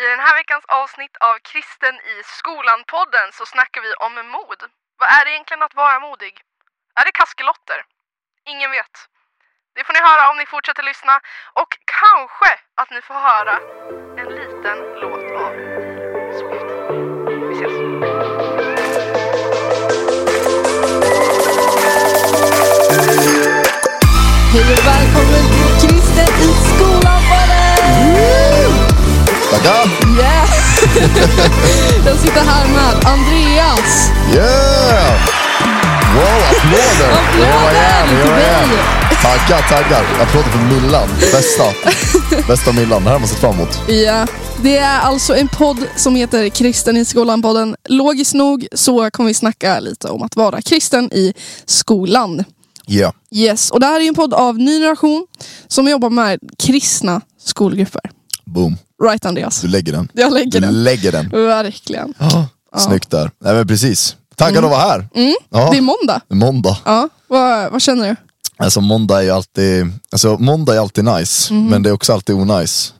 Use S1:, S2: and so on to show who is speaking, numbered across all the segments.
S1: I den här veckans avsnitt av Kristen i skolan-podden så snackar vi om mod. Vad är det egentligen att vara modig? Är det kaskelotter? Ingen vet. Det får ni höra om ni fortsätter lyssna och kanske att ni får höra en liten låt av Taylor Swift. Vi ses!
S2: Hej och välkommen till Kristen i skolan
S3: Tackar!
S2: yeah! Jag sitter här med Andreas.
S3: Yeah! Wow, applåder!
S2: Applåder
S3: Jag var jävlar, jag var
S2: till
S3: jävlar. Tackar, tackar. Applåder för Millan. Bästa. Bästa Millan. Det här har man sett fram emot.
S2: Ja, det är alltså en podd som heter Kristen i skolan-podden. Logiskt nog så kommer vi snacka lite om att vara kristen i skolan.
S3: Yeah.
S2: Yes, och det här är ju en podd av Ny Generation som jobbar med kristna skolgrupper.
S3: Boom.
S2: Right Andreas?
S3: Du lägger den.
S2: Jag lägger
S3: Du
S2: den.
S3: lägger den.
S2: Verkligen.
S3: Snyggt där. Nej men precis. Tackar att vara här. Ja.
S2: Mm. Det är måndag.
S3: Måndag.
S2: Ja, vad, vad känner du?
S3: Alltså måndag är ju alltid, alltså, måndag är alltid nice,
S2: Mm.
S3: men det är också alltid onice.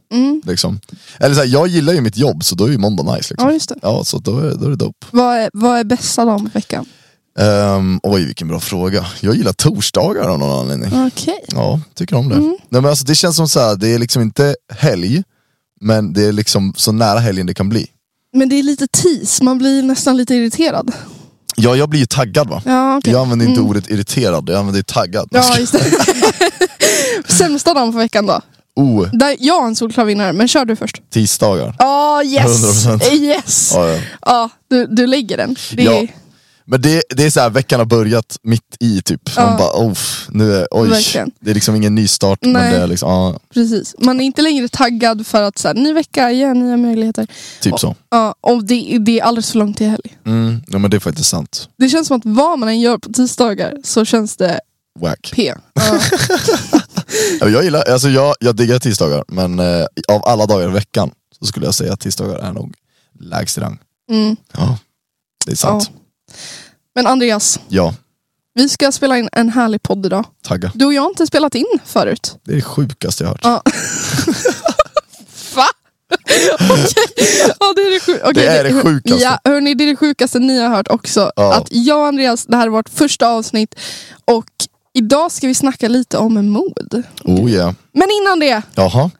S3: Liksom. Eller så här, jag gillar ju mitt jobb, så då är ju måndag nice. Liksom.
S2: Ja, just det.
S3: Ja, så då är, då är det dope.
S2: Vad är, vad är bästa dagen på veckan?
S3: Ehm, oj, vilken bra fråga. Jag gillar torsdagar av någon anledning.
S2: Okej.
S3: Ja, tycker om det.
S2: Mm.
S3: Nej, men alltså, det känns som så här, det är liksom inte helg, men det är liksom så nära helgen det kan bli.
S2: Men det är lite tis, man blir nästan lite irriterad.
S3: Ja, jag blir ju taggad va?
S2: Ja, okej. Mm.
S3: Jag använder inte ordet irriterad, jag använder ju taggad.
S2: Ja, just det. Sämsta dagen på veckan då?
S3: oh,
S2: Där, jag har en solklar vinnare, men kör du först.
S3: tisdagar.
S2: Ja, yes!
S3: 100%.
S2: Yes! Ja,
S3: Ja, ja.
S2: du, du lägger den. Det
S3: Ja,
S2: är,
S3: Men det, det är så här, veckan har börjat mitt i typ. Man
S2: Ja.
S3: bara, oh, nu är, oj.
S2: Verkligen.
S3: Det är liksom ingen ny start,
S2: Nej.
S3: men det är liksom, ja,
S2: precis. Man är inte längre taggad för att så här, ny vecka, igen, nya möjligheter.
S3: typ så.
S2: Ja, och det, det är alldeles för långt till helg.
S3: Mm, ja, men det är faktiskt sant.
S2: Det känns som att vad man än gör på tisdagar så känns det
S3: Whack.
S2: P. Ja.
S3: Ja, Jag gillar, alltså jag, jag diggar tisdagar, men eh, av alla dagar i veckan så skulle jag säga att tisdagar är nog lägst i rang.
S2: Mm,
S3: Ja, det är
S2: ja.
S3: sant.
S2: Men Andreas,
S3: Ja,
S2: vi ska spela in en härlig podd idag.
S3: tagga.
S2: Du och jag har inte spelat in förut.
S3: Det är det sjukaste jag har hört.
S2: Ja. Va? Okej, ja, det är det, sju- okej,
S3: Det är det sjukaste.
S2: Ja, hörni, det är det sjukaste ni har hört också.
S3: Ja.
S2: Att jag och Andreas, det här är vårt första avsnitt och idag ska vi snacka lite om mod.
S3: Oh yeah.
S2: Men innan det,
S3: Jaha.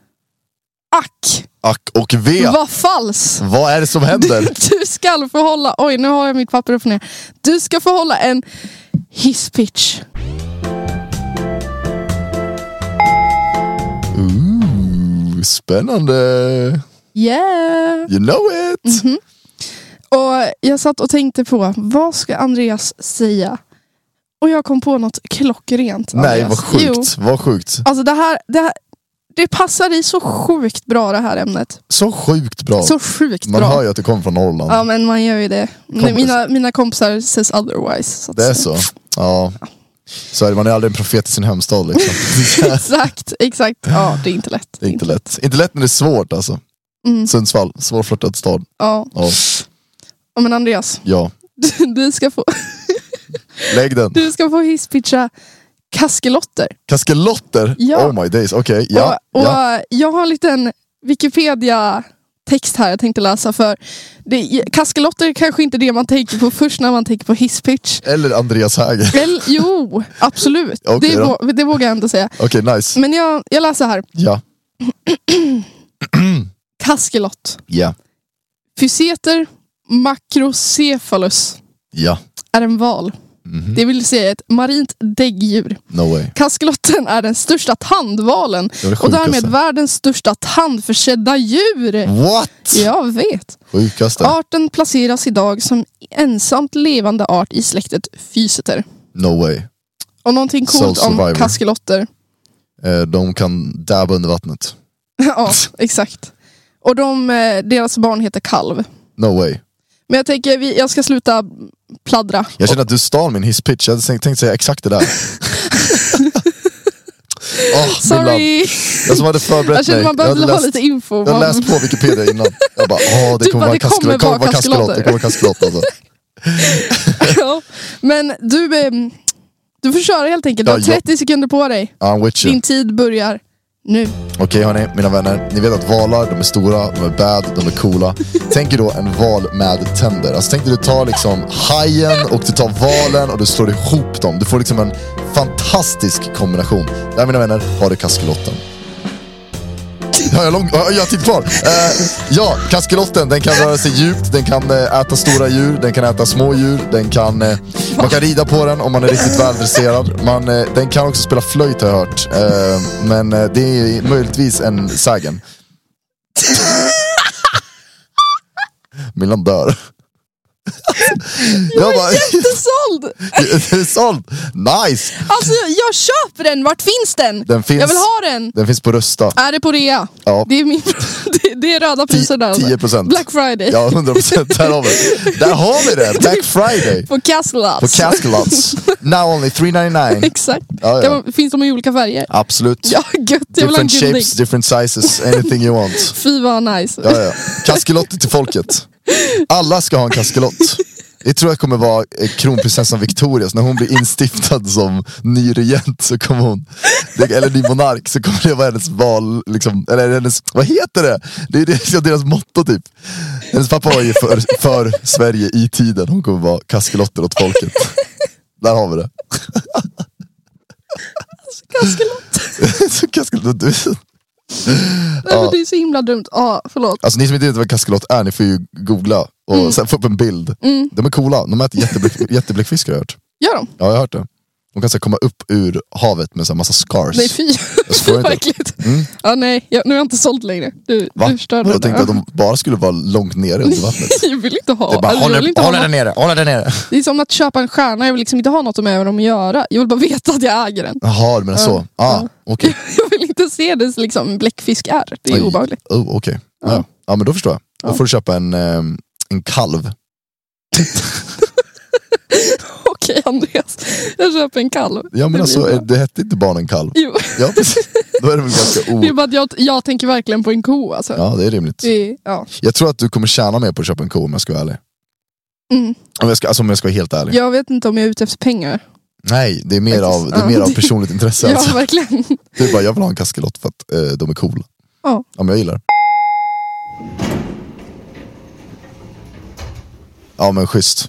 S2: ack,
S3: Ack och ve.
S2: vad falskt!
S3: Vad är det som
S2: Du,
S3: händer?
S2: du ska få hålla, oj nu har jag mitt papper upp och ner. Du ska få hålla en hisspitch.
S3: Ooh, spännande.
S2: Yeah!
S3: You know it.
S2: Mhm. Och jag satt och tänkte på, vad ska Andreas säga? Och jag kom på något klockrent.
S3: Nej,
S2: Andreas.
S3: vad
S2: Jo,
S3: sjukt. Vad sjukt.
S2: alltså det här, det här det passar i så sjukt bra det här ämnet.
S3: Så sjukt bra.
S2: Så sjukt
S3: Man
S2: bra.
S3: hör ju att du kommer från Norrland.
S2: Ja men man gör ju det. Nej,
S3: Kompis.
S2: Mina, mina kompisar says otherwise. Så att
S3: det är
S2: säga.
S3: så. Ja. Så är det, man är aldrig en profet i sin hemstad liksom.
S2: exakt, exakt. Ja, det är inte lätt.
S3: Det är inte lätt. Inte lätt när det är svårt alltså.
S2: Mm.
S3: Sundsvall, svårflörtad stad.
S2: Ja.
S3: Ja.
S2: Ja, men Andreas,
S3: ja,
S2: du, du ska få,
S3: lägg den.
S2: du ska få hisspitcha kaskelotter.
S3: Kaskelotter?
S2: Ja.
S3: Oh my days, okej. Ja,
S2: och och
S3: ja.
S2: Jag har en liten Wikipedia-text här jag tänkte läsa. för det, Kaskelotter är kanske inte det man tänker på först när man tänker på hisspitch.
S3: Eller Andreas Häger.
S2: Väl, jo, absolut.
S3: Okej
S2: det,
S3: då.
S2: vå- det vågar jag ändå säga.
S3: Okej, nice.
S2: Men jag, jag läser här.
S3: Ja,
S2: Kaskelott.
S3: ja,
S2: Fyseter macrocephalus
S3: ja.
S2: är en val.
S3: Mhm.
S2: Det vill säga ett marint däggdjur.
S3: No way.
S2: Kaskelotten är den största tandvalen
S3: Det var det
S2: och därmed
S3: sjukaste.
S2: världens största tandförsedda
S3: Mm.
S2: djur.
S3: What?
S2: Jag vet.
S3: Sjukaste.
S2: Arten placeras idag som ensamt levande art i släktet Fyseter.
S3: No way.
S2: Och någonting coolt
S3: Soul
S2: om
S3: survivor.
S2: kaskelotter.
S3: Eh, De kan dabba under vattnet.
S2: ja, exakt. Och de, eh, deras barn heter kalv.
S3: No way.
S2: Men jag tänker, vi, jag ska sluta pladdra.
S3: Jag känner att du stal min hisspitch, jag hade tänkt, tänkt säga exakt det där. Åh, Millan.
S2: Sorry!
S3: Jag som hade förberett
S2: Jag känner
S3: mig.
S2: man behövde
S3: jag hade
S2: ha lite info.
S3: jag hade
S2: Man-
S3: läst på Wikipedia innan. Jag bara, åh det
S2: Du
S3: kommer
S2: bara,
S3: vara
S2: Typ det kommer
S3: kaskelott. Det kommer
S2: vara
S3: vara kaskelott. Det kommer vara kaskelott alltså.
S2: Ja. Men ehm, du, eh, du får köra helt enkelt. Du
S3: Ja,
S2: har
S3: jag-
S2: 30 sekunder på dig.
S3: I'm with you.
S2: Din tid börjar nu.
S3: Okej hörni, mina vänner. Ni vet att valar, de är stora, de är bad, de är coola. Tänk er då en val med tänder. Alltså tänk dig du tar liksom hajen och du tar valen och du slår ihop dem. Du får liksom en fantastisk kombination. Där mina vänner har du kaskelotten. Har jag, lång, har jag tid kvar? Eh, ja, kaskelotten den kan röra sig djupt, den kan eh, äta stora djur, den kan äta små djur, den kan, eh, man kan rida på den om man är riktigt väldresserad. Man, eh, den kan också spela flöjt har jag hört, eh, men eh, det är möjligtvis en sägen. Milan dör. Jag bara,
S2: Jättesåld!
S3: är det såld? Nice!
S2: Alltså jag, jag köper den, vart finns den?
S3: Den finns,
S2: Jag vill ha den!
S3: den finns på Rösta.
S2: Är det på rea?
S3: Ja.
S2: Det är, min, det, det är röda priser där. alltså.
S3: 10%.
S2: Black Friday.
S3: Ja, 100% där har vi Där har vi det! Black Friday!
S2: På Castlots.
S3: På Caskelots. Now only 399.
S2: Exakt.
S3: Ja, ja.
S2: Kan man- Finns de i olika färger?
S3: Absolut.
S2: Ja, gött. Jag vill ha en
S3: different
S2: guldning.
S3: shapes, different sizes, anything you want.
S2: Fy vad nice.
S3: Ja, ja. Kaskelotter till folket. Alla ska ha en kaskelott. Det tror jag kommer vara eh, kronprinsessan Victorias, när hon blir instiftad som ny regent så kommer hon, det- eller ny monark, så kommer det vara hennes val, liksom, eller hennes, vad heter det? Det är det, det är deras motto typ. Hennes pappa var ju för, för Sverige i tiden, hon kommer vara kaskelotter åt folket. Där har vi det. Så kaskelott, du-
S2: Nej, men det är så himla dumt. Ja, förlåt.
S3: Alltså ni som inte vet vad kaskelot är, ni får ju googla och
S2: Mm.
S3: sen få upp en bild. De är coola, de äter jättebläck, jättebläckfisk har jag hört.
S2: Gör de?
S3: Ja jag har hört det. De kan så här, komma upp ur havet med så här, massa scars.
S2: Nej fy,
S3: Jag
S2: fy
S3: skojar
S2: vad
S3: inte. Mm.
S2: äckligt. Ja, nej, jag, nu är jag inte såld längre. Du,
S3: Va?
S2: du förstörde
S3: jag
S2: det.
S3: tänkte att de bara skulle vara långt nere under vattnet.
S2: Jag vill inte ha.
S3: Det är bara,
S2: alltså,
S3: håll,
S2: jag vill
S3: den-
S2: inte ha
S3: håll den
S2: något.
S3: nere, håll den nere.
S2: det är som att köpa en stjärna, jag vill liksom inte ha något med dem att göra. Jag vill bara veta att jag äger den.
S3: Jaha, du menar så. Ah, okej.
S2: Jag vill inte se det som liksom bläckfisk är. Det är
S3: Oj.
S2: obehagligt.
S3: Oh, okej. Ja. Ja. men då förstår jag. Då
S2: Ja.
S3: får du köpa en, ehm, en kalv.
S2: Okej Andreas, jag köper en kalv.
S3: Ja men
S2: Det
S3: alltså,
S2: blir
S3: eh,
S2: bra.
S3: det hette inte bara en kalv.
S2: Jo,
S3: Ja precis. Då är det väl ganska o...
S2: det är bara att jag, jag tänker verkligen på en ko alltså.
S3: Ja det är rimligt.
S2: Det är, ja.
S3: Jag tror att du kommer tjäna mer på att köpa en ko om jag ska vara ärlig.
S2: Mm.
S3: Om jag ska, alltså om jag ska vara helt ärlig.
S2: Jag vet inte om jag är ute efter pengar.
S3: Nej, det är mer
S2: Faktiskt,
S3: av, det är
S2: ja.
S3: mer av personligt intresse.
S2: Ja,
S3: Alltså.
S2: verkligen.
S3: Det är bara, jag vill ha en kaskelott för att eh, de är coola.
S2: Ja.
S3: men jag gillar det. Ja men schysst.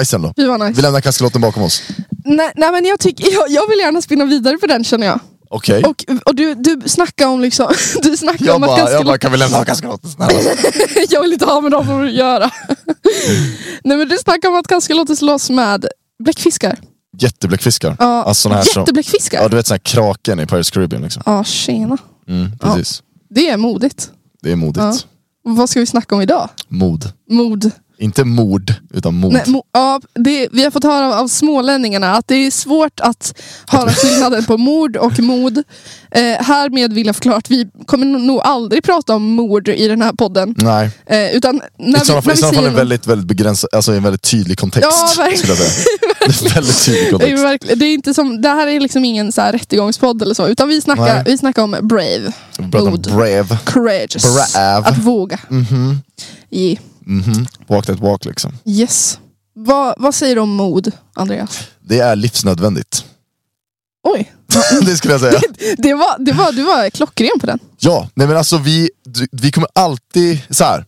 S3: Nice ändå.
S2: Fy vad nice.
S3: Vi lämnar kaskelotten bakom oss.
S2: Nej, nej men jag, tycker, jag, jag vill gärna spinna vidare på den känner jag.
S3: Okej.
S2: Och, och du, du snackar om liksom, du snackar
S3: Jag
S2: om att
S3: bara, jag
S2: kaskelotter-
S3: bara, kan vi lämna kaskelotten snälla?
S2: jag vill inte ha med dem att göra.
S3: Mm.
S2: nej men du snackar om att kaskelotter slåss med bläckfiskar.
S3: Jättebläckfiskar.
S2: Ja,
S3: Alltså, såna här som,
S2: jättebläckfiskar.
S3: ja du vet sån här kraken i Pirates Caribbean liksom.
S2: Ja, tjena.
S3: Mm, precis.
S2: Det är modigt.
S3: Det är modigt.
S2: Ja. Vad ska vi snacka om idag?
S3: Mod.
S2: Mod.
S3: Inte mord, utan mod.
S2: Nej, mo- ja, det, vi har fått höra av, av smålänningarna att det är svårt att höra skillnaden på mord och mod. Eh, härmed vill jag förklara att vi kommer nog aldrig prata om mord i den här podden.
S3: Nej.
S2: Eh, utan när
S3: I sådana
S2: vi, när
S3: fall, i
S2: vi
S3: sådana fall
S2: säger
S3: en väldigt, väldigt begränsad, alltså en väldigt tydlig kontext.
S2: Ja, verkligen.
S3: skulle jag säga. En väldigt tydlig
S2: det, är
S3: kontext.
S2: verkligen, det, är inte som, det här är liksom ingen så här rättegångspodd eller så, utan vi
S3: Nej.
S2: snackar, vi snackar om brave,
S3: Vi pratar om
S2: mod.
S3: brave,
S2: courageous,
S3: Brave.
S2: att våga. Yeah.
S3: Mhm. walk that walk liksom.
S2: Yes. Vad, vad säger du om mod, Andreas?
S3: Det är livsnödvändigt.
S2: Oj,
S3: det skulle jag säga.
S2: det var, det var, du var klockren på den.
S3: Ja, nej men alltså vi, du- vi kommer alltid, så här.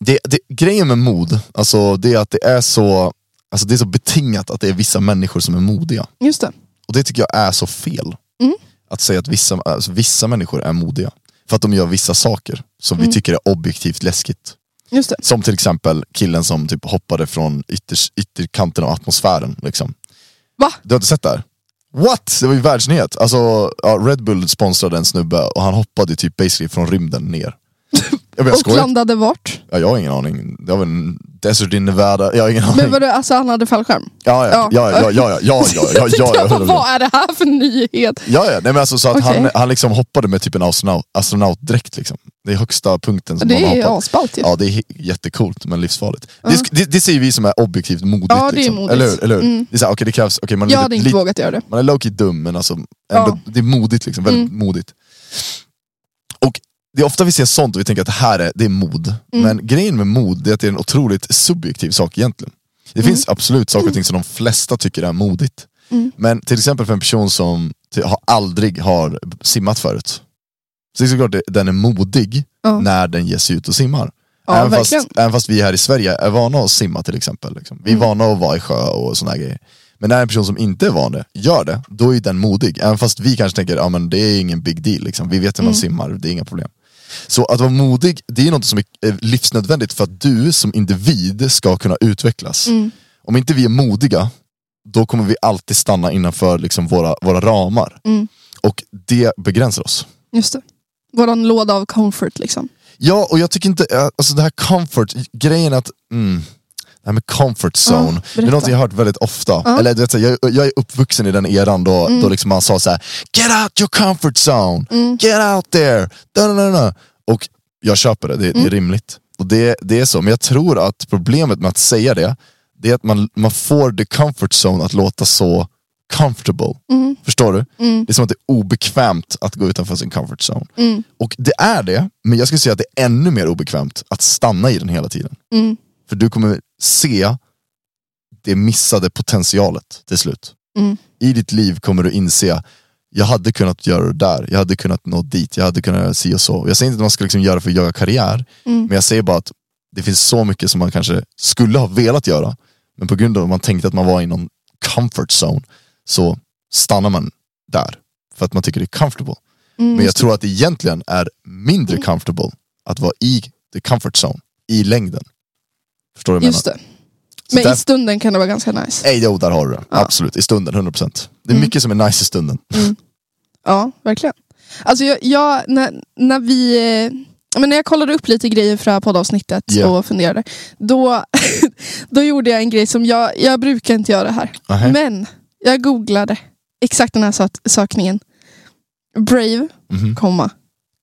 S3: Det, det, grejen med mod, alltså det är att det är så Alltså det är så betingat att det är vissa människor som är modiga.
S2: Just det.
S3: Och det tycker jag är så fel. Att säga att vissa, alltså vissa människor är modiga. För att de gör vissa saker som vi tycker är objektivt läskigt.
S2: Just det.
S3: Som till exempel killen som typ hoppade från ytters, ytterkanten av atmosfären. Liksom.
S2: Va?
S3: Du har inte sett det här? What? Det var ju världsnyhet. Alltså, ja, Red Bull sponsrade en snubbe och han hoppade typ basically från rymden ner. Jag, menar,
S2: Och
S3: skojar. inte.
S2: landade vart?
S3: Ja, jag har ingen aning. Det var väl en desert in Nevada. Jag har ingen aning.
S2: Men vadå, alltså han hade fallskärm?
S3: Ja, ja, ja, ja, ja, ja, ja, ja, ja,
S2: Jag
S3: ja,
S2: tänkte,
S3: ja,
S2: vad,
S3: ja.
S2: vad är det här för nyhet?
S3: Ja, ja. Nej, men alltså, så att
S2: Okej.
S3: han, han liksom hoppade med typ en astronaut, astronautdräkt. Liksom. Det är högsta punkten som
S2: Det
S3: man
S2: är
S3: hoppar.
S2: asballt ju.
S3: Ja, det är he- jättecoolt men livsfarligt. Det, sk- det, det ser ju vi som är objektivt modigt.
S2: Ja, det är
S3: liksom.
S2: modigt.
S3: Eller hur? Eller hur? Det är så här, okej, det krävs, okej, man,
S2: Jag
S3: är
S2: hade
S3: lite,
S2: inte
S3: lite,
S2: vågat göra det.
S3: man är low-key dum men alltså, ändå,
S2: Ja. Mm.
S3: det är modigt liksom. Väldigt modigt. Och det är ofta vi ser sånt och vi tänker att det här är, det är mod.
S2: Mm.
S3: Men grejen med mod det är att det är en otroligt subjektiv sak egentligen.
S2: Mm.
S3: Det finns absolut saker och ting som de flesta tycker är modigt. Men till exempel för en person som ty- har aldrig har simmat förut. Så det är såklart det- den är modig
S2: Ja.
S3: när den ger sig ut och simmar.
S2: Ja,
S3: även, fast,
S2: verkligen. Mm.
S3: även fast vi här i Sverige är vana att simma till exempel. Liksom. Vi är vana att vara i sjö och såna här grejer. Men när en person som inte är van det gör det, då är ju den modig. Även fast vi kanske tänker, ja men det är ingen big deal, liksom. vi vet hur man
S2: Mm.
S3: simmar, det är inga problem. Så att vara modig, det är något som är eh, livsnödvändigt för att du som individ ska kunna utvecklas.
S2: Mm.
S3: Om inte vi är modiga, då kommer vi alltid stanna innanför liksom våra, våra ramar.
S2: Mm.
S3: Och det begränsar oss.
S2: Just det. Våran låda av comfort liksom.
S3: Ja, och jag tycker inte, eh, alltså det här comfort, grejen att, mm, det här med comfort zone, det är
S2: berätta.
S3: något jag har hört väldigt ofta. Eller du vet, så här, jag, jag är uppvuxen i den eran då, då liksom man sa så här: get out your comfort zone, get out there, da, da, da, da. Och jag köper det, det, det är rimligt. Och det, det är så, men jag tror att problemet med att säga det, det är att man, man får the comfort zone att låta så comfortable. Förstår du? Det är som att det är obekvämt att gå utanför sin comfort zone. Och det är det, men jag skulle säga att det är ännu mer obekvämt att stanna i den hela tiden.
S2: Mm.
S3: För du kommer se det missade potentialet till slut.
S2: Mm.
S3: I ditt liv kommer du inse, jag hade kunnat göra det där, jag hade kunnat nå dit, jag hade kunnat göra si och så. Jag säger inte att man ska liksom göra för att göra karriär,
S2: Mm.
S3: men jag säger bara att det finns så mycket som man kanske skulle ha velat göra, men på grund av att man tänkte att man var i någon comfort zone, så stannar man där. För att man tycker det är comfortable.
S2: Mm.
S3: Men jag tror att det egentligen är mindre comfortable att vara i the comfort zone i längden. Förstår du vad jag
S2: Just
S3: menar?
S2: det. Men
S3: där-
S2: i stunden kan det vara ganska nice.
S3: Nej, jo, där har du det. Absolut, i stunden, 100%. Det är mycket som är nice i stunden.
S2: Ja, verkligen. Alltså jag, jag när, när vi... eh, ja, Men när jag kollade upp lite grejer för det här poddavsnittet
S3: Ja.
S2: och funderade, då, då gjorde jag en grej som jag, jag brukar inte göra här.
S3: Aha.
S2: Men jag googlade exakt den här sök- sökningen. Brave,
S3: Mhm.
S2: komma,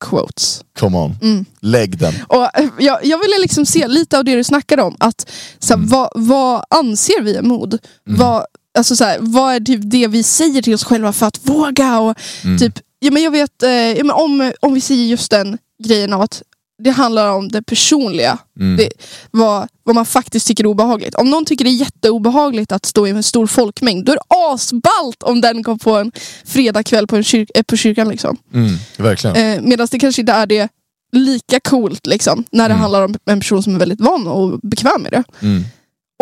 S2: quotes.
S3: Come on, lägg den.
S2: Och eh, jag, jag ville liksom se lite av det du snackade om. Att, så här, vad, vad anser vi är mod? Vad, alltså, så här, vad är typ det vi säger till oss själva för att våga? Och,
S3: Mm.
S2: typ, ja, men jag vet, eh, ja, men om, om vi säger just den grejen av att det handlar om det personliga.
S3: Mm.
S2: Det, vad, vad man faktiskt tycker är obehagligt. Om någon tycker det är jätteobehagligt att stå i en stor folkmängd, då är det asballt om den kom på en fredagkväll på, en kyr- eh, på kyrkan. Liksom.
S3: Mm, verkligen.
S2: Eh, Medan det kanske inte är det lika coolt liksom, när det handlar om en person som är väldigt van och bekväm med det.
S3: Mm.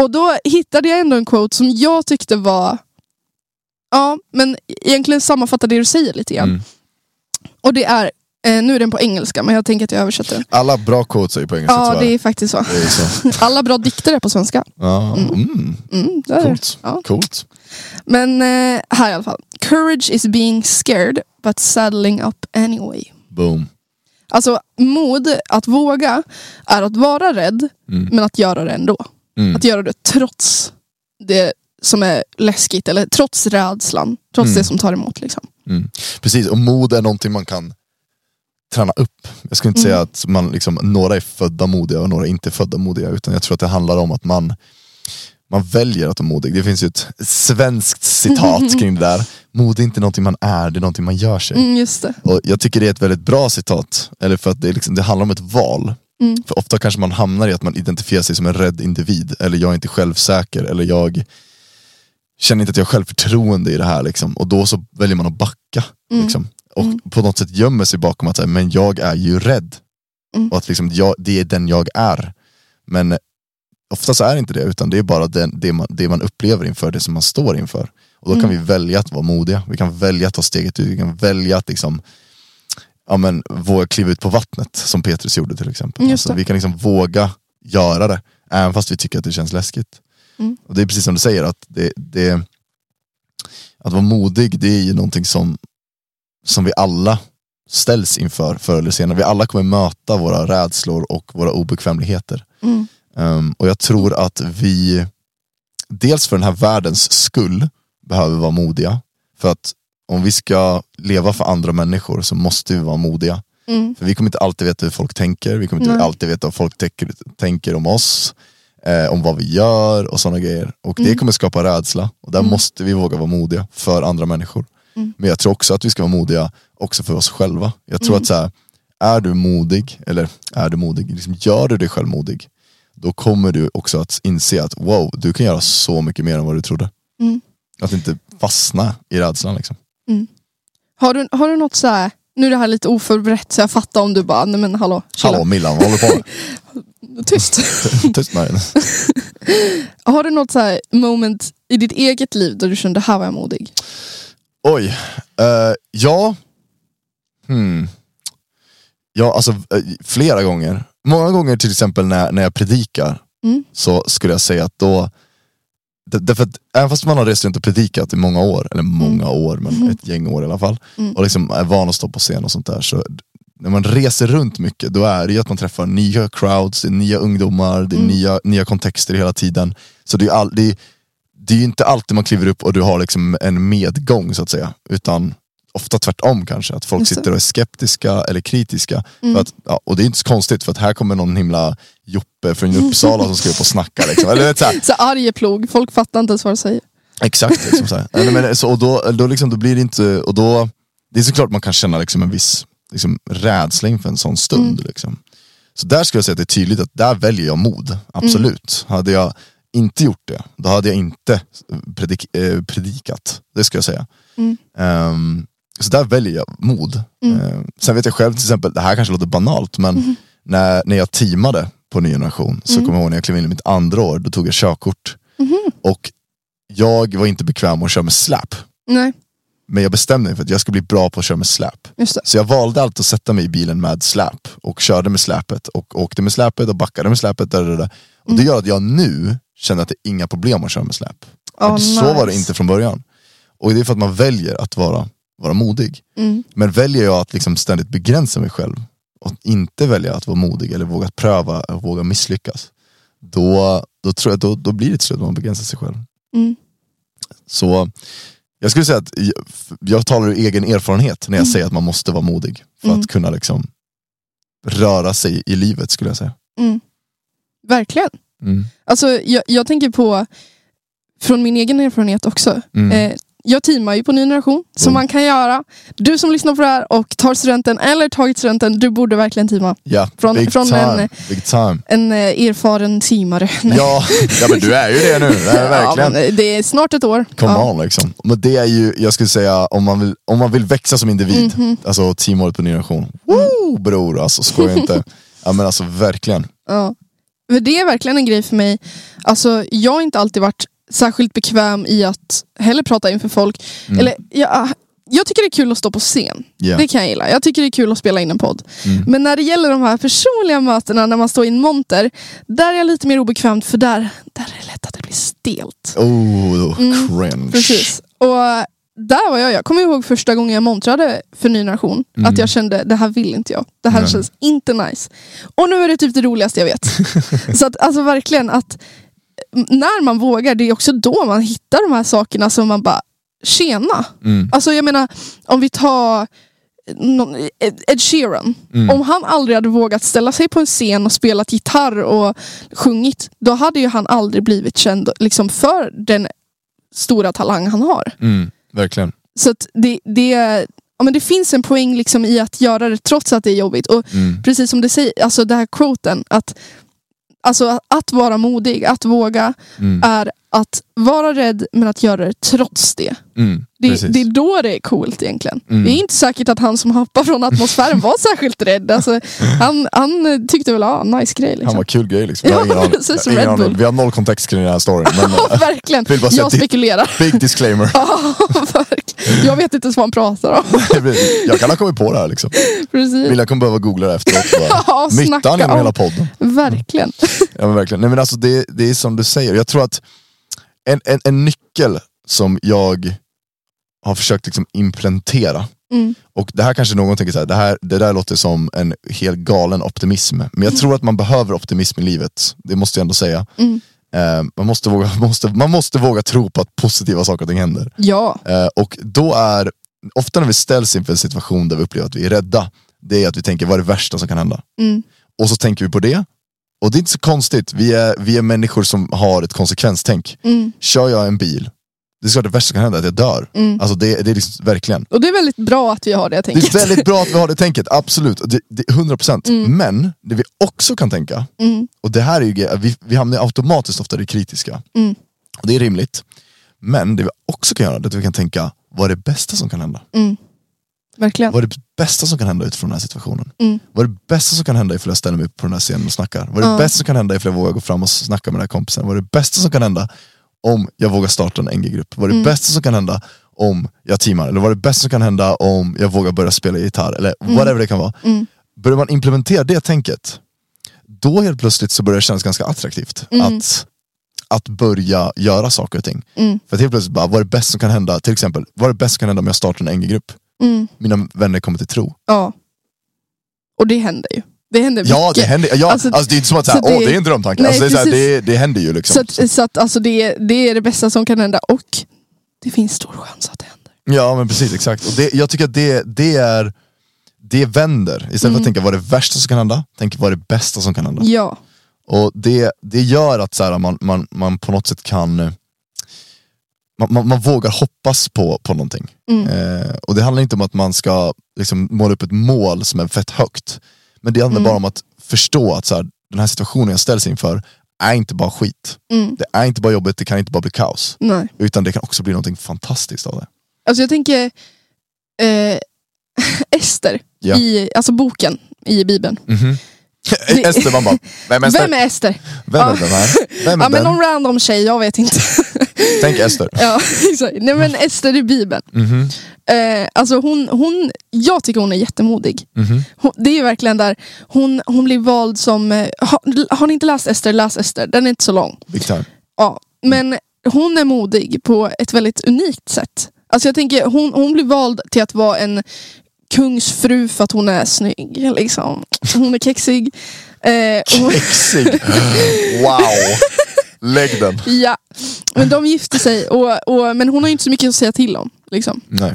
S2: Och då hittade jag ändå en quote som jag tyckte var... Ja, men egentligen sammanfattar det du säger lite grann.
S3: Mm.
S2: Och det är, eh, nu är den på engelska, men jag tänker att jag översätter den.
S3: Alla bra quotes är ju på engelska
S2: Ja, det
S3: tyvärr.
S2: är faktiskt så.
S3: Det är så.
S2: Alla bra dikter är på svenska.
S3: Ja, mm.
S2: Mm, där.
S3: Coolt.
S2: Ja.
S3: Coolt.
S2: Men eh, här i alla fall. Courage is being scared, but saddling up anyway.
S3: Boom.
S2: Alltså mod, att våga, är att vara rädd, men att göra det ändå.
S3: Mm.
S2: Att göra det trots det som är läskigt, eller trots rädslan. Trots det som tar emot. Liksom.
S3: Mm. Precis, och mod är någonting man kan träna upp. Jag skulle inte säga att man liksom, några är födda modiga och några inte är födda modiga, utan jag tror att det handlar om att man, man väljer att vara modig. Det finns ju ett svenskt citat kring det där. Mod är inte någonting man är, det är någonting man gör sig.
S2: Mm, just det.
S3: Och jag tycker det är ett väldigt bra citat, eller för att det, är liksom, det handlar om ett val. För ofta kanske man hamnar i att man identifierar sig som en rädd individ, eller jag är inte självsäker, eller jag känner inte att jag har självförtroende i det här. Liksom. Och då så väljer man att backa.
S2: Mm.
S3: Liksom. Och på något sätt gömmer sig bakom att säga, men jag är ju rädd.
S2: Mm.
S3: Och att liksom, jag, det är den jag är. Men eh, ofta så är det inte det, utan det är bara det, det, man, det man upplever inför, det som man står inför. Och då kan
S2: Mm.
S3: vi välja att vara modiga, vi kan välja att ta steget ut, vi kan välja att liksom, ja, men, våga kliva ut på vattnet som Petrus gjorde till exempel.
S2: Mm, Just
S3: Alltså,
S2: det.
S3: vi kan liksom våga göra det, även fast vi tycker att det känns läskigt.
S2: Mm.
S3: Och Det är precis som du säger, att, det, det, att vara modig det är ju någonting som, som vi alla ställs inför förr eller senare. Vi alla kommer möta våra rädslor och våra obekvämligheter.
S2: Mm.
S3: Ehm, och jag tror att vi, dels för den här världens skull, behöver vara modiga. För att om vi ska leva för andra människor så måste vi vara modiga.
S2: Mm.
S3: För vi kommer inte alltid veta hur folk tänker, vi kommer inte
S2: Nej.
S3: alltid veta vad folk tänker, tänker om oss, eh, om vad vi gör och sådana grejer. Och
S2: Mm.
S3: det kommer skapa rädsla. Och där måste vi våga vara modiga för andra människor.
S2: Mm.
S3: Men jag tror också att vi ska vara modiga också för oss själva. Jag
S2: Mm.
S3: tror att så här, är du modig, eller är du modig, liksom gör du dig själv modig, då kommer du också att inse att wow, du kan göra så mycket mer än vad du trodde.
S2: Mm.
S3: Att inte fastna i rädslan. Liksom.
S2: Har du, har du något så här, nu är det här lite oförberett så jag fattar om du bara, nej men hallå, chilla.
S3: Hallå Millan, vad håller du på med?
S2: Tyst.
S3: Tyst med dig.
S2: har du något så här moment i ditt eget liv där du kände, här var jag modig?
S3: Oj, eh, ja. Hmm. Ja, alltså eh, flera gånger. Många gånger till exempel när, när jag predikar
S2: Mm.
S3: så skulle jag säga att då, d- därför att även fast man har rest runt och predikat i många år, eller många år, men ett gäng år i alla fall,
S2: Mm.
S3: och liksom är van att stå på scen och sånt där, så d- när man reser runt mycket, då är det ju att man träffar nya crowds, det är nya ungdomar, det är
S2: Mm.
S3: nya, nya kontexter hela tiden. Så det är, ju all, det är det är ju inte alltid man kliver upp och du har liksom en medgång så att säga. Utan ofta tvärtom kanske, att folk
S2: Just det.
S3: sitter och är skeptiska eller kritiska.
S2: Mm.
S3: För att, ja, och det är inte så konstigt för att här kommer någon himla Joppe från Uppsala som ska upp och snacka. Liksom. Eller, du vet, så här,
S2: Så Arjeplog, folk fattar inte ens vad du säger.
S3: exakt, liksom, så här. Nej, men, så, och då, då, liksom, då blir det inte, och då, det är såklart man kan känna liksom, en viss liksom, rädsla inför en sån stund.
S2: Mm.
S3: Liksom. Så där skulle jag säga att det är tydligt att där väljer jag mod, absolut.
S2: Mm.
S3: Hade jag inte gjort det, då hade jag inte predik eh, predikat. Det skulle jag säga.
S2: Mm.
S3: Ehm, så där väljer jag mod.
S2: Mm. Mm-hmm.
S3: Ehm, sen vet jag själv till exempel, det här kanske låter banalt, men när, när jag teamade på Ny Generation
S2: Mm.
S3: så kommer jag ihåg när jag klev in i mitt andra år, då tog jag körkort.
S2: Mm-hmm.
S3: Och jag var inte bekväm att köra med släp.
S2: Nej,
S3: Men jag bestämde mig för att jag skulle bli bra på att köra med släp.
S2: just det.
S3: Så jag valde alltid att sätta mig i bilen med släp och körde med släpet och åkte med släpet och backade med släpet. Där, där, där. Och det gör att jag nu känner att det är inga problem att köra med släp.
S2: Ja,
S3: Men så var det
S2: Oh, nice.
S3: inte från början. Och det är för att man väljer att vara, vara modig.
S2: Mm.
S3: Men väljer jag att liksom ständigt begränsa mig själv och inte välja att vara modig eller våga pröva och våga misslyckas. Då, då, tror jag, då, då blir det till slut att man begränsar sig själv.
S2: Mm.
S3: Så jag skulle säga att jag, jag talar ur egen erfarenhet när jag säger att man måste vara modig för
S2: Mm.
S3: att kunna liksom röra sig i livet skulle jag säga.
S2: Mm. Verkligen.
S3: Mm.
S2: Alltså, jag, jag tänker på, från min egen erfarenhet också.
S3: Mm.
S2: Eh, jag teamar ju på Ny Generation, som
S3: Mm.
S2: man kan göra. Du som lyssnar på det här och tar studenten eller tagit studenten, du borde verkligen teama.
S3: Ja,
S2: Från-
S3: big,
S2: från
S3: time,
S2: en-
S3: big time.
S2: En eh, erfaren teamare. Nej.
S3: Ja, ja, men du är ju det nu. Det är verkligen.
S2: men, eh, det är snart ett år.
S3: Come
S2: ja.
S3: on liksom. Men det är ju, jag skulle säga, om man vill, om man vill växa som individ,
S2: Mhm.
S3: alltså teamordet på Ny Generation. Woo bror, alltså skoja inte. ja men alltså verkligen.
S2: Ja. Men det är verkligen en grej för mig. Alltså, jag har inte alltid varit särskilt bekväm i att heller prata inför folk.
S3: Mm.
S2: Eller, jag, jag tycker det är kul att stå på scen.
S3: Yeah.
S2: Det kan jag gilla. Jag tycker det är kul att spela in en podd. Men när det gäller de här personliga mötena när man står i en monter, där är jag lite mer obekvämt för där, där är det lätt att det blir stelt.
S3: Oh, cringe.
S2: Mm. Precis. Och där var jag. Jag kommer ihåg första gången jag montrade för Ny Nation. Att jag kände, det här vill inte jag. Det här
S3: Mm. Nej.
S2: känns inte nice. Och nu är det typ det roligaste jag vet. Så att, alltså verkligen att m- när man vågar, det är också då man hittar de här sakerna som man bara, tjena.
S3: Mm.
S2: Alltså jag menar, om vi tar någon, Ed- Ed Sheeran.
S3: Mm.
S2: Om han aldrig hade vågat ställa sig på en scen och spelat gitarr och sjungit, då hade ju han aldrig blivit känd liksom, för den stora talang han har.
S3: Mm, verkligen.
S2: Så att det, det, ja, men det finns en poäng liksom i att göra det trots att det är jobbigt. Och
S3: Mm.
S2: precis som du säger, alltså den här quoten, att, alltså, att vara modig, att våga,
S3: Mm.
S2: är att vara rädd men att göra det trots det.
S3: Mm,
S2: Det,
S3: precis.
S2: det är då det är coolt egentligen.
S3: Mm.
S2: Det är inte säkert att han som hoppade från atmosfären var särskilt rädd. Alltså, han, han eh, tyckte väl, ja, nice grej.
S3: Han
S2: Liksom.
S3: var kul grej liksom. Jag
S2: Ja,
S3: har ingen aning.
S2: precis,
S3: Jag har
S2: som
S3: ingen
S2: Red
S3: aning.
S2: Bull.
S3: Vi har noll kontext kring den här storyn. Men,
S2: Ja, verkligen.
S3: Vill bara säga
S2: Jag
S3: det-
S2: spekulerar.
S3: big disclaimer.
S2: Ja, verkligen. Jag vet inte ens vad han pratar om.
S3: jag kan ha kommit på det här liksom.
S2: Precis.
S3: Vill jag kommer behöva googla det efteråt.
S2: Ja, snacka
S3: Myttan genom
S2: om.
S3: hela podden.
S2: Verkligen.
S3: Ja, men verkligen. Nej, men alltså det, det är som du säger, jag tror att en, en, en nyckel som jag har försökt liksom implementera,
S2: Mm.
S3: och det här kanske någon tänker så här, det, här, det där låter som en helt galen optimism, men jag tror att man behöver optimism i livet, det måste jag ändå säga.
S2: Mm.
S3: Eh, man, måste våga, måste, man måste våga tro på att positiva saker och ting händer.
S2: Ja.
S3: Eh, och då är, ofta när vi ställs inför en situation där vi upplever att vi är rädda, det är att vi tänker vad är det värsta som kan hända?
S2: Mm.
S3: Och så tänker vi på det. Och det är inte så konstigt, vi är, vi är människor som har ett konsekvenstänk.
S2: Mm.
S3: Kör jag en bil, det är klart det värsta som kan hända är att jag dör.
S2: Mm.
S3: Alltså det, det är liksom, verkligen.
S2: Och det är väldigt bra att vi har det
S3: Det
S2: tänket.
S3: är väldigt bra att vi har det tänket, absolut. Det, det, 100%. Men det vi också kan tänka,
S2: Mm.
S3: och det här är ju gre- vi, vi hamnar ju automatiskt ofta i det kritiska.
S2: Mm.
S3: Och det är rimligt. Men det vi också kan göra, det är att vi kan tänka, vad är det bästa som kan hända?
S2: Mm. Verkligen.
S3: Vad är det bästa som kan hända utifrån den här situationen?
S2: Mm.
S3: Vad är det bästa som kan hända ifall jag ställer mig upp på den här scenen och snackar? Vad är det
S2: Ja.
S3: bästa som kan hända ifall jag vågar gå fram och snacka med den här kompisen? Vad är det bästa som kan hända om jag vågar starta en NG-grupp?
S2: Mm.
S3: Vad är det bästa som kan hända om jag teamar? Eller vad är det bästa som kan hända om jag vågar börja spela gitarr? Eller
S2: Mm.
S3: whatever det kan vara. Börjar man implementera det tänket, då helt plötsligt så börjar det kännas ganska attraktivt. Att, att börja göra saker och ting.
S2: Mm.
S3: För att helt plötsligt bara, vad är det bästa som kan hända? Till exempel, vad är det bästa som kan hända om jag startar en NG-grupp?
S2: Mm.
S3: Mina vänner kommer till tro.
S2: Ja. Och det händer ju. Det händer
S3: Ja, det
S2: mycket.
S3: händer. Ja, alltså,
S2: Alltså,
S3: det är inte som att såhär,
S2: så det-
S3: åh, det är en drömtanke.
S2: Nej,
S3: alltså, det, är såhär,
S2: precis.
S3: det, det händer ju liksom.
S2: Så, att, så att, alltså det, är- det är det bästa som kan hända och det finns stor chans att det händer.
S3: Ja men precis, exakt. Och det, jag tycker att det, det är det vänder. Istället
S2: Mm.
S3: för att tänka vad är det värsta som kan hända, tänk vad är det bästa som kan hända.
S2: Ja.
S3: Och det, det gör att så här, man, man, man på något sätt kan eh, man, man, man vågar hoppas på, på någonting.
S2: Mm.
S3: Eh, och det handlar inte om att man ska liksom, måla upp ett mål som är fett högt. Men det
S2: Mm.
S3: handlar bara om att förstå att så här, den här situationen jag ställs inför är inte bara skit.
S2: Mm.
S3: Det är inte bara jobbigt, det kan inte bara bli kaos.
S2: Nej.
S3: Utan det kan också bli någonting fantastiskt av det.
S2: Alltså jag tänker eh, Ester,
S3: Ja.
S2: i, alltså boken i Bibeln.
S3: Mhm.
S2: Det-
S3: Ester, man bara, vem är Ester?
S2: Vem är Ester?
S3: Vem är
S2: Ja.
S3: den här? Vem är
S2: Ja men
S3: den?
S2: någon random tjej, jag vet inte.
S3: Tänk Ester.
S2: ja, exakt. Nej men
S3: Mm.
S2: Ester i Bibeln.
S3: Mhm,
S2: Eh, alltså hon, hon, jag tycker hon är jättemodig.
S3: mhm.
S2: Hon, det är ju verkligen där, hon, hon blir vald som, eh, har, har ni inte läst Ester, läs Ester, den är inte så lång.
S3: Big time.
S2: Ja, men hon är modig på ett väldigt unikt sätt. Alltså jag tänker, hon, hon blir vald till att vara en kungsfru för att hon är snygg. Liksom. Hon är kexig. Eh, och,
S3: Kexig. Wow. Lägg den.
S2: ja. Men de gifter sig, och, och, men hon har ju inte så mycket att säga till om. Liksom.
S3: Nej.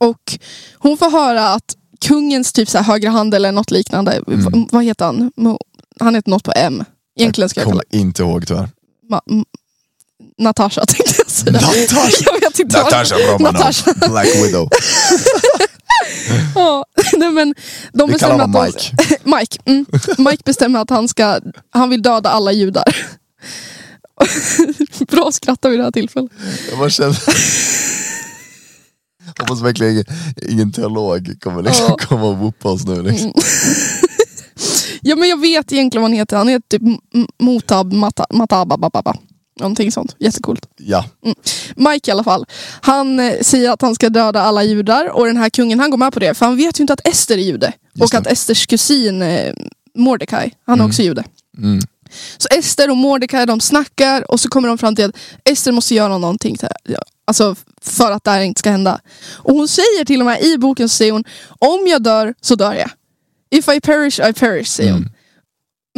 S2: Och hon får höra att kungens typ så här, högra hand eller något liknande, v-
S3: Mm.
S2: vad heter han? Mo- Han heter något på M. Egentligen ska jag kalla
S3: Kommer inte ihåg tyvärr.
S2: Ma- M- Natasha tänkte jag säga.
S3: Natasha.
S2: Jag vet inte vad-
S3: Natasha Romanoff,
S2: Natasha.
S3: Black Widow.
S2: Ja, nej men de
S3: Vi kallar
S2: bestämmer att
S3: honom
S2: de,
S3: Mike.
S2: Mike, mm, Mike bestämmer att han ska, han vill döda alla judar. Bra skrattar vid det här tillfället.
S3: Jag bara känner... Hoppas verkligen ingen, ingen teolog kommer liksom
S2: Ja.
S3: komma och whoopa oss nu. Liksom.
S2: Ja men jag vet egentligen vad han heter. Han heter typ M- M- Motab Mata- Matabababa. Någonting sånt. Jättecoolt.
S3: Ja.
S2: Mike i alla fall. Han eh, säger att han ska döda alla judar och den här kungen han går med på det. För han vet ju inte att Ester är jude. och
S3: det.
S2: att Esters kusin eh, Mordecai, han är också jude.
S3: Mm.
S2: Så Ester och Mordecai de snackar och så kommer de fram till att Ester måste göra någonting till, ja, alltså för att det här inte ska hända. Och hon säger till och med i boken så säger hon om jag dör så dör jag. If I perish I perish säger hon.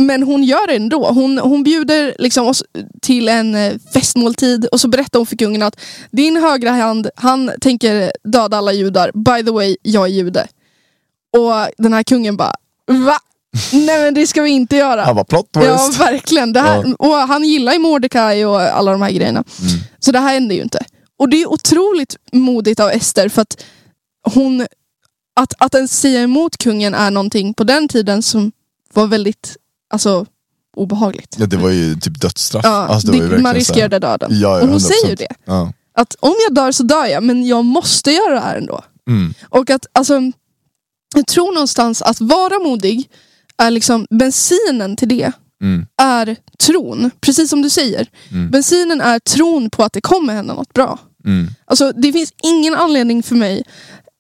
S2: Men hon gör det ändå. Hon, hon bjuder liksom oss till en eh, festmåltid och så berättar hon för kungen att din högra hand, han tänker döda alla judar. By the way, jag är jude. Och den här kungen bara, va? Nej men det ska vi inte göra.
S3: Han bara plot
S2: Ja,
S3: twist.
S2: verkligen. Det här,
S3: Ja. Mm.
S2: Och han gillar ju Mordecai och alla de här grejerna. Så det här händer ju inte. Och det är otroligt modigt av Ester för att hon... Att, att ens säga emot kungen är någonting på den tiden som var väldigt alltså, obehagligt.
S3: Ja, det var ju typ dödsstraff.
S2: Ja,
S3: Alltså, det var ju
S2: det, man
S3: verkligen så här-
S2: riskerade döden.
S3: Ja, ja,
S2: och hon säger ju
S3: 100%.
S2: det.
S3: Ja.
S2: Att om jag dör så dör jag, men jag måste göra det här ändå.
S3: Mm.
S2: Och att, alltså, jag tror någonstans att vara modig är liksom bensinen till det
S3: Mm.
S2: är tron, precis som du säger. Bensinen är tron på att det kommer hända något bra.
S3: Mm.
S2: Alltså, det finns ingen anledning för mig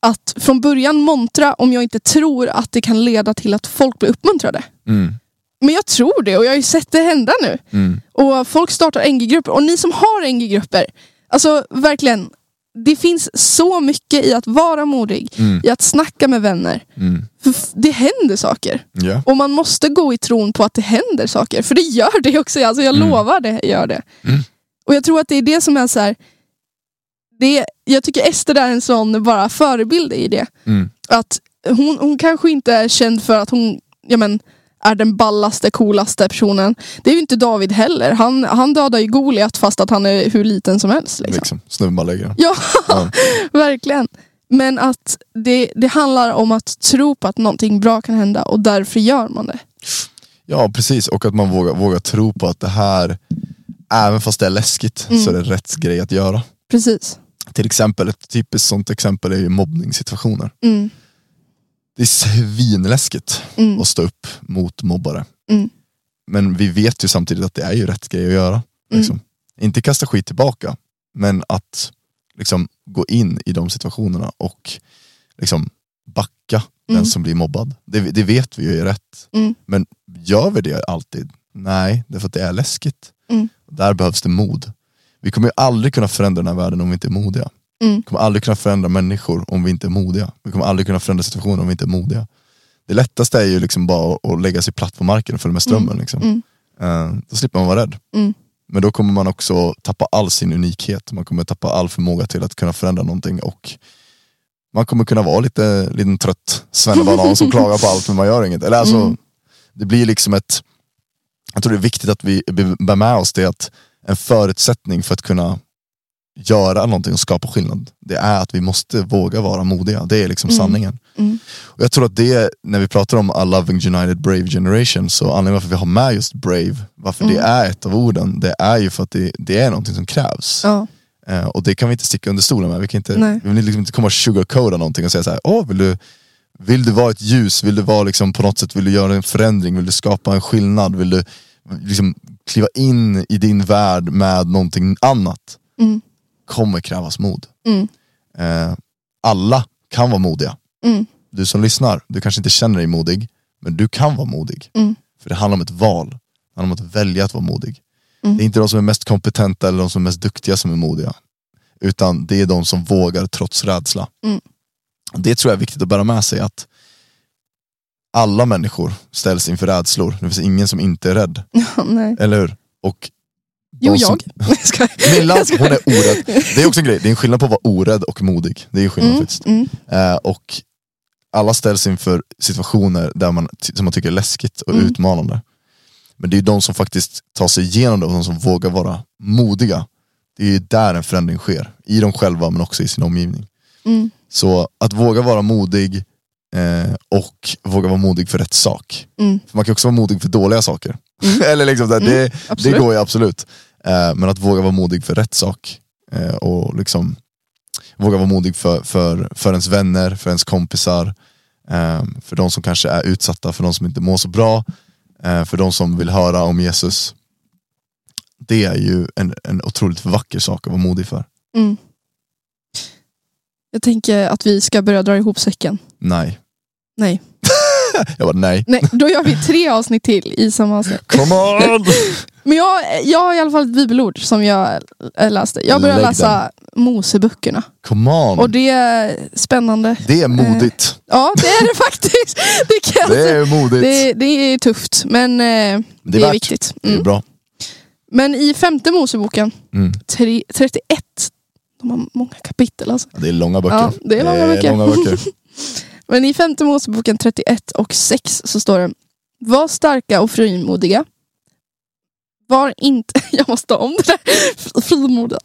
S2: att från början montra om jag inte tror att det kan leda till att folk blir uppmuntrade.
S3: Mm.
S2: Men jag tror det och jag har ju sett det hända nu.
S3: Mm.
S2: Och folk startar NG-grupper. Och ni som har NG-grupper, alltså verkligen. Det finns så mycket i att vara modig,
S3: Mm.
S2: i att snacka med vänner.
S3: Mm.
S2: För f- det händer saker.
S3: Ja.
S2: Och man måste gå i tron på att det händer saker. För det gör det också. Alltså jag lovar det gör det.
S3: Mm.
S2: Och jag tror att det är det som är så här. Det, jag tycker Ester är en sån bara förebild i det.
S3: Mm.
S2: Att hon, hon kanske inte är känd för att hon ja men, är den ballaste, coolaste personen. Det är ju inte David heller. Han, han dödar ju Goliat fast att han är hur liten som helst. Liksom.
S3: Liksom. Snubben bara lägger den.
S2: Ja,
S3: Ja.
S2: verkligen. Men att det, det handlar om att tro på att någonting bra kan hända och därför gör man det.
S3: Ja precis, och att man vågar, vågar tro på att det här, även fast det är läskigt, så är det rätt grej att göra.
S2: Precis.
S3: Till exempel, ett typiskt sånt exempel är ju mobbningssituationer.
S2: Mm.
S3: Det är svinläskigt
S2: Mm.
S3: att stå upp mot mobbare.
S2: Mm.
S3: Men vi vet ju samtidigt att det är ju rätt grej att göra.
S2: Mm.
S3: Liksom. Inte kasta skit tillbaka, men att liksom, gå in i de situationerna och liksom, backa
S2: Mm.
S3: den som blir mobbad. Det, det vet vi ju är rätt.
S2: Mm.
S3: Men gör vi det alltid? Nej, därför att det är läskigt.
S2: Mm.
S3: Där behövs det mod. Vi kommer ju aldrig kunna förändra den här världen om vi inte är modiga.
S2: Mm.
S3: Vi kommer aldrig kunna förändra människor om vi inte är modiga. Vi kommer aldrig kunna förändra situationer om vi inte är modiga. Det lättaste är ju liksom bara att- att lägga sig platt på marken och följa med strömmen. Liksom.
S2: Mm.
S3: Eh, Då slipper man vara rädd.
S2: Mm.
S3: Men då kommer man också tappa all sin unikhet. Man kommer tappa all förmåga till att kunna förändra någonting och man kommer kunna vara lite liten trött svennebanan som klagar på allt men man gör inget. Eller alltså,
S2: Mm.
S3: Det blir liksom ett... Jag tror det är viktigt att vi be- bär med oss det att en förutsättning för att kunna göra någonting och skapa skillnad, det är att vi måste våga vara modiga. Det är liksom
S2: Mm.
S3: sanningen.
S2: Mm.
S3: Och jag tror att det, när vi pratar om A Loving United Brave Generation, så anledningen varför vi har med just Brave, varför
S2: Mm.
S3: det är ett av orden, det är ju för att det, det är någonting som krävs.
S2: Ja.
S3: Eh, och det kan vi inte sticka under stolen med. Vi, kan inte,
S2: Nej.
S3: vi vill liksom inte komma och sugarcoda någonting och säga så här, åh, vill du, vill du vara ett ljus? Vill du vara liksom på något sätt, vill du göra en förändring? Vill du skapa en skillnad? Vill du liksom kliva in i din värld med någonting annat?
S2: Mm.
S3: Kommer krävas mod.
S2: Mm.
S3: Eh, alla kan vara modiga.
S2: Mm.
S3: Du som lyssnar, du kanske inte känner dig modig, men du kan vara modig.
S2: Mm.
S3: För det handlar om ett val. Det handlar om att välja att vara modig.
S2: Mm.
S3: Det är inte de som är mest kompetenta eller de som är mest duktiga som är modiga. Utan det är de som vågar trots rädsla.
S2: Mm.
S3: Det tror jag är viktigt att bära med sig att alla människor ställs inför rädslor. Det finns ingen som inte är rädd,
S2: Ja, nej.
S3: eller hur? Och de
S2: Mm. Jo,
S3: som-
S2: jag. Nej, jag skojar.
S3: Milla,
S2: Jag skojar.
S3: hon är orädd. Det är också en grej, det är en skillnad på att vara orädd och modig. Det är en skillnad
S2: Mm,
S3: faktiskt.
S2: mm,
S3: Eh, och alla ställs inför situationer där man, ty- som man tycker är läskigt och
S2: Mm.
S3: utmanande. Men det är ju de som faktiskt tar sig igenom det och de som vågar vara modiga. Det är ju där en förändring sker. I dem själva men också i sin omgivning.
S2: mm,
S3: Så att våga vara modig eh, och våga vara modig för rätt sak.
S2: Mm.
S3: För man kan också vara modig för dåliga saker. Eller liksom så här, det, det
S2: absolut.
S3: går ju absolut. Eh, men att våga vara modig för rätt sak. Eh, och liksom våga vara modig för, för, för ens vänner, för ens kompisar. Eh, för de som kanske är utsatta, för de som inte mår så bra. Eh, för de som vill höra om Jesus. Det är ju en, en otroligt vacker sak att vara modig för.
S2: Mm. Jag tänker att vi ska börja dra ihop säcken.
S3: Nej.
S2: Nej.
S3: Jag bara nej.
S2: Nej, då gör vi tre avsnitt till i samma avsnitt.
S3: Come on!
S2: Men jag, jag har i alla fall ett bibelord som jag eh, läste. Jag började
S3: Lägg
S2: läsa Moseböckerna.
S3: Come on!
S2: Och det är spännande.
S3: Det är modigt.
S2: Ja, det är det faktiskt. Det, kan,
S3: Det är modigt. Det,
S2: Eh, det, det är tufft, men eh, det, är,
S3: värt.
S2: viktigt.
S3: är
S2: Mm.
S3: bra.
S2: Men i femte Moseboken,
S3: Mm.
S2: tre, 31, de har många kapitel alltså.
S3: Ja, Det är långa böcker.
S2: Ja, det är långa böcker.
S3: långa böcker.
S2: Men i femte Moseboken 31 och 6 så står det Var starka och frimodiga. Var inte... Jag måste ta om det där. Frimodiga.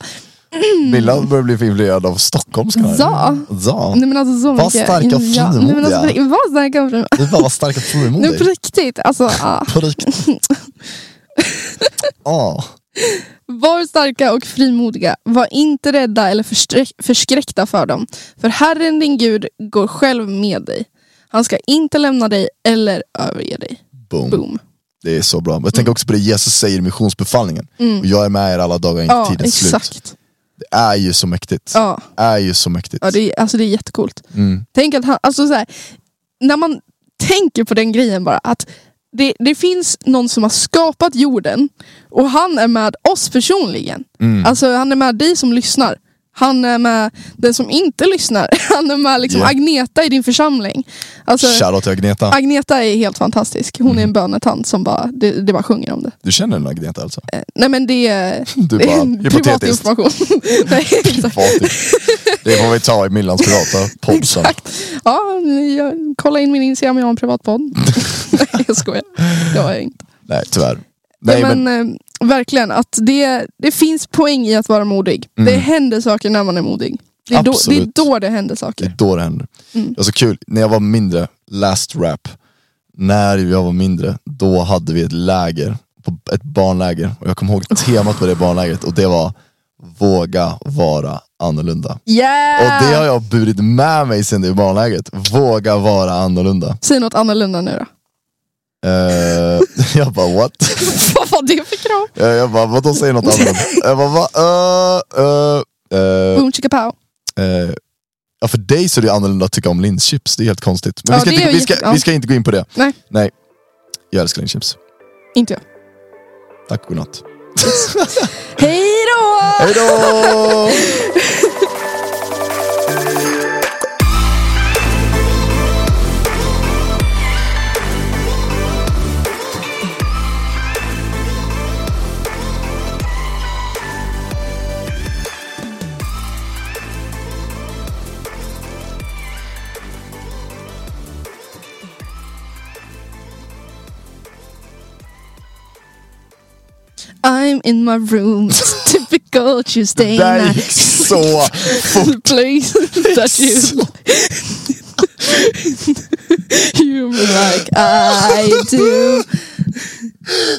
S3: Milla börjar bli för influerad av stockholmska. här.
S2: Mm. Ja.
S3: ja.
S2: Nej men alltså så
S3: Var
S2: mycket.
S3: starka och
S2: Ja, nej, men alltså,
S3: frimodiga.
S2: var starka och frimodiga.
S3: Du var starka
S2: Nu på
S3: frimodiga.
S2: riktigt. Alltså, ah.
S3: På riktigt. Ja.
S2: Var starka och frimodiga. Var inte rädda eller försträ- förskräckta för dem. För Herren din Gud går själv med dig. Han ska inte lämna dig eller överge dig.
S3: Boom.
S2: Boom.
S3: Det är så bra. Jag tänker också på det Jesus säger i missionsbefallningen.
S2: Mm.
S3: Och jag är med er alla dagar in till
S2: Ja,
S3: tidens slut.
S2: exakt.
S3: Det är ju så mäktigt.
S2: Ja.
S3: Det är ju så mäktigt.
S2: Ja, det är, alltså det är jättecoolt.
S3: Mm.
S2: Tänk att han, alltså så här, när man tänker på den grejen bara, att det, det finns någon som har skapat jorden och han är med oss personligen.
S3: Mm.
S2: Alltså han är med dig som lyssnar. Han är med den som inte lyssnar. Han är med liksom
S3: Ja.
S2: Agneta i din församling. Alltså,
S3: Shoutout till Agneta.
S2: Agneta är helt fantastisk. Hon är
S3: Mm.
S2: en bönetant som bara, det, det bara sjunger om det.
S3: Du känner den Agneta alltså?
S2: Eh, Nej men det är,
S3: Du
S2: det är
S3: bara,
S2: en privat
S3: hypotetiskt.
S2: information. Nej, exakt.
S3: Fatigt. Det får vi ta i Millans privata podd sen.
S2: Ja, jag, kolla in min Instagram, jag har en privat podd. Nej, jag skojar. Det har jag inte.
S3: Nej, tyvärr. Nej,
S2: men,
S3: men,
S2: eh, verkligen, att det, det finns poäng i att vara modig.
S3: Mm.
S2: Det händer saker när man är modig. Det är, då det, är
S3: Absolut.
S2: då det händer
S3: det
S2: saker.
S3: är då det händer.
S2: Mm.
S3: Det var så kul, när jag var mindre, last rap, när jag var mindre, då hade vi ett läger, på ett barnläger. Och jag kommer ihåg temat på det barnlägret och det var våga vara annorlunda.
S2: Yeah!
S3: Och det har jag burit med mig sedan det barnlägret. Våga vara annorlunda.
S2: Säg något annorlunda nu då.
S3: Eh, jag bara what?
S2: Vad var det för krav?
S3: Eh, jag bara vadå säger något annorlunda? Jag bara va? Eh, eh, eh,
S2: Boom chicka pow.
S3: eh. ja, för dig så är det annorlunda att tycka om linschips. Det är helt konstigt. Men
S2: Ja,
S3: vi, ska
S2: det
S3: inte,
S2: är
S3: vi, ska,
S2: jätte- ja.
S3: vi ska inte gå in på det.
S2: Nej.
S3: Nej. Jag älskar linschips.
S2: Inte jag.
S3: Tack godnatt.
S2: Hej då!
S3: Hejdå!
S2: I'm in my room. It's typical Tuesday
S3: Det där
S2: night.
S3: gick så fort.
S2: place that you
S3: Så-
S2: you like I do.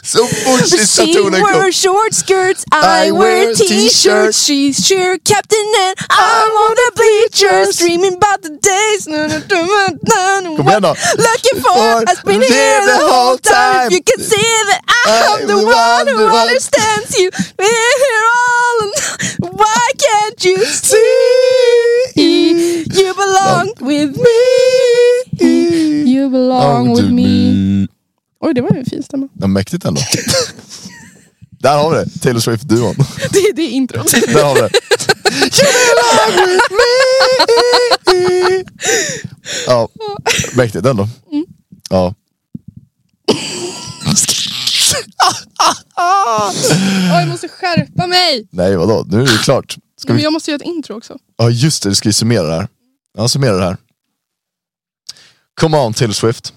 S3: Så fort sista
S2: She
S3: tonen kom.
S2: wore short skirts, I,
S3: I
S2: wear
S3: wear
S2: t-shirts.
S3: t-shirts.
S2: She's cheer captain and I'm on the bleachers, dreaming about the days.
S3: Kom igen då.
S2: Looking for, I've been here the whole time. If you can see that I'm the one who understands you. We're here all and why can't you see?
S3: Mm.
S2: You belong with me. You belong with me. Oj, det var ju en fin stämma.
S3: Ja, mäktigt ändå. Där har vi det, Taylor Swift-duon.
S2: Det är det är introt.
S3: Där har vi det. You belong with me. Ja, mäktigt ändå.
S2: Mm.
S3: Ja.
S2: Åh, Ah! jag måste skärpa mig.
S3: Nej vadå, nu är det klart. Ska
S2: Men
S3: vi...
S2: jag måste göra ett intro också.
S3: Ja just det, du ska ju summera det här. Ja, summera det här. Come on Taylor Swift.